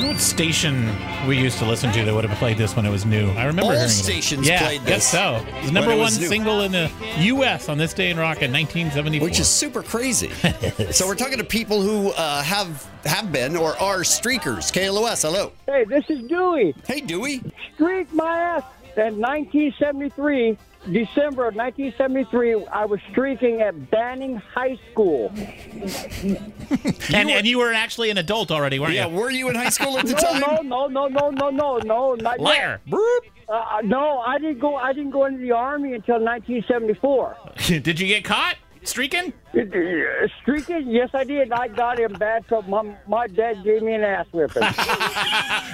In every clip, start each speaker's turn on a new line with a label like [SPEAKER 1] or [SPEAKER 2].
[SPEAKER 1] what station we used to listen to that would have played this when it was new. I remember
[SPEAKER 2] All
[SPEAKER 1] hearing it.
[SPEAKER 2] stations
[SPEAKER 1] yeah,
[SPEAKER 2] played
[SPEAKER 1] guess
[SPEAKER 2] this
[SPEAKER 1] so. It was
[SPEAKER 2] when
[SPEAKER 1] number
[SPEAKER 2] it
[SPEAKER 1] one
[SPEAKER 2] was new.
[SPEAKER 1] single in the U.S. on this day in rock in 1974.
[SPEAKER 2] which is super crazy. so we're talking to people who uh, have have been or are streakers. KLOS, hello.
[SPEAKER 3] Hey, this is Dewey.
[SPEAKER 2] Hey, Dewey.
[SPEAKER 3] Streak my ass. In 1973, December of 1973, I was streaking at Banning High School.
[SPEAKER 1] and, and you were actually an adult already, weren't
[SPEAKER 2] Yeah,
[SPEAKER 1] you?
[SPEAKER 2] were you in high school at the
[SPEAKER 3] No,
[SPEAKER 2] time?
[SPEAKER 3] no, no, no, no, no, no, no. Not yet.
[SPEAKER 1] Liar.
[SPEAKER 3] Uh, no, I didn't go. I didn't go into the army until 1974.
[SPEAKER 1] Did you get caught streaking?
[SPEAKER 3] Uh, Streaking? Yes, I did. I got in bad trouble. My, my dad gave me an ass whipping.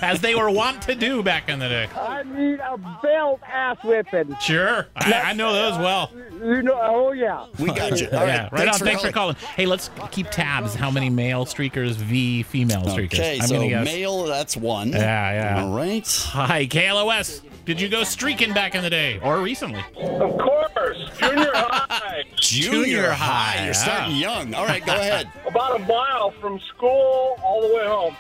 [SPEAKER 1] As they were wont to do back in the day.
[SPEAKER 3] I mean, a belt ass whipping.
[SPEAKER 1] Sure. I, I know those well.
[SPEAKER 3] You know? Oh yeah.
[SPEAKER 2] We got you. All right,
[SPEAKER 1] Yeah, right on. Thanks for calling. Hey, let's keep tabs how many male streakers v female streakers.
[SPEAKER 2] Okay,
[SPEAKER 1] I'm
[SPEAKER 2] so
[SPEAKER 1] gonna guess.
[SPEAKER 2] male, that's one.
[SPEAKER 1] Yeah, yeah.
[SPEAKER 2] All right.
[SPEAKER 1] Hi, KLOS. Did you go streaking back in the day or recently?
[SPEAKER 4] Of course, junior high,
[SPEAKER 2] Junior,
[SPEAKER 1] high,
[SPEAKER 2] You're
[SPEAKER 1] yeah.
[SPEAKER 2] starting young. All right, go ahead.
[SPEAKER 4] about a mile from school all the way home.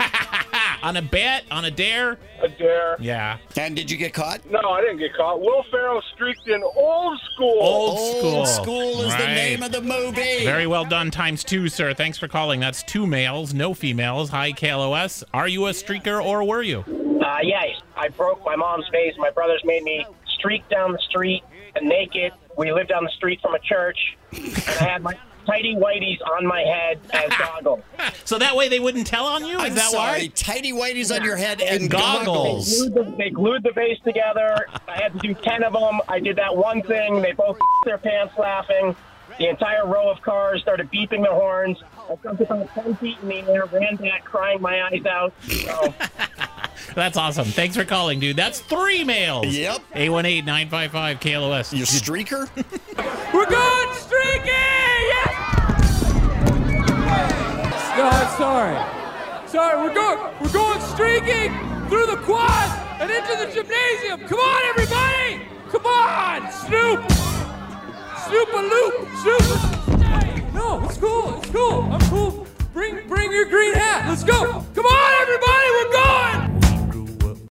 [SPEAKER 1] Ah, on a bet, on a dare?
[SPEAKER 4] A dare.
[SPEAKER 1] Yeah.
[SPEAKER 2] And did you get caught?
[SPEAKER 4] No, I didn't get caught. Will Farrell streaked in old school.
[SPEAKER 1] Old school.
[SPEAKER 2] Old school is the
[SPEAKER 1] Right.
[SPEAKER 2] name of the movie.
[SPEAKER 1] Very well done, times two, sir. Thanks for calling. That's two males, no females. Hi, KLOS. Are you a streaker or were you?
[SPEAKER 5] Uh, yeah, I broke my mom's vase. My brothers made me streak down the street naked. We lived down the street from a church, and I had my tidy whities on my head as goggles.
[SPEAKER 1] So that way they wouldn't tell on you? Is
[SPEAKER 2] I'm
[SPEAKER 1] that
[SPEAKER 2] sorry.
[SPEAKER 1] why?
[SPEAKER 2] Tidy whities on your head and
[SPEAKER 1] Goggles.
[SPEAKER 2] goggles.
[SPEAKER 5] Glued the- They glued the vase together. I had to do ten of them. I did that one thing. They both their pants laughing. The entire row of cars started beeping their horns. I jumped about ten feet in the air, ran back, crying my eyes out. So,
[SPEAKER 1] That's awesome. Thanks for calling, dude. That's three males.
[SPEAKER 2] Yep.
[SPEAKER 1] 818 955 KLOS.
[SPEAKER 2] You streaker?
[SPEAKER 6] We're going streaking! Yes! No, I'm sorry. Sorry, we're going, we're going streaking through the quad and into the gymnasium. Come on, everybody! Come on, Snoop! Snoop a loop! Snoop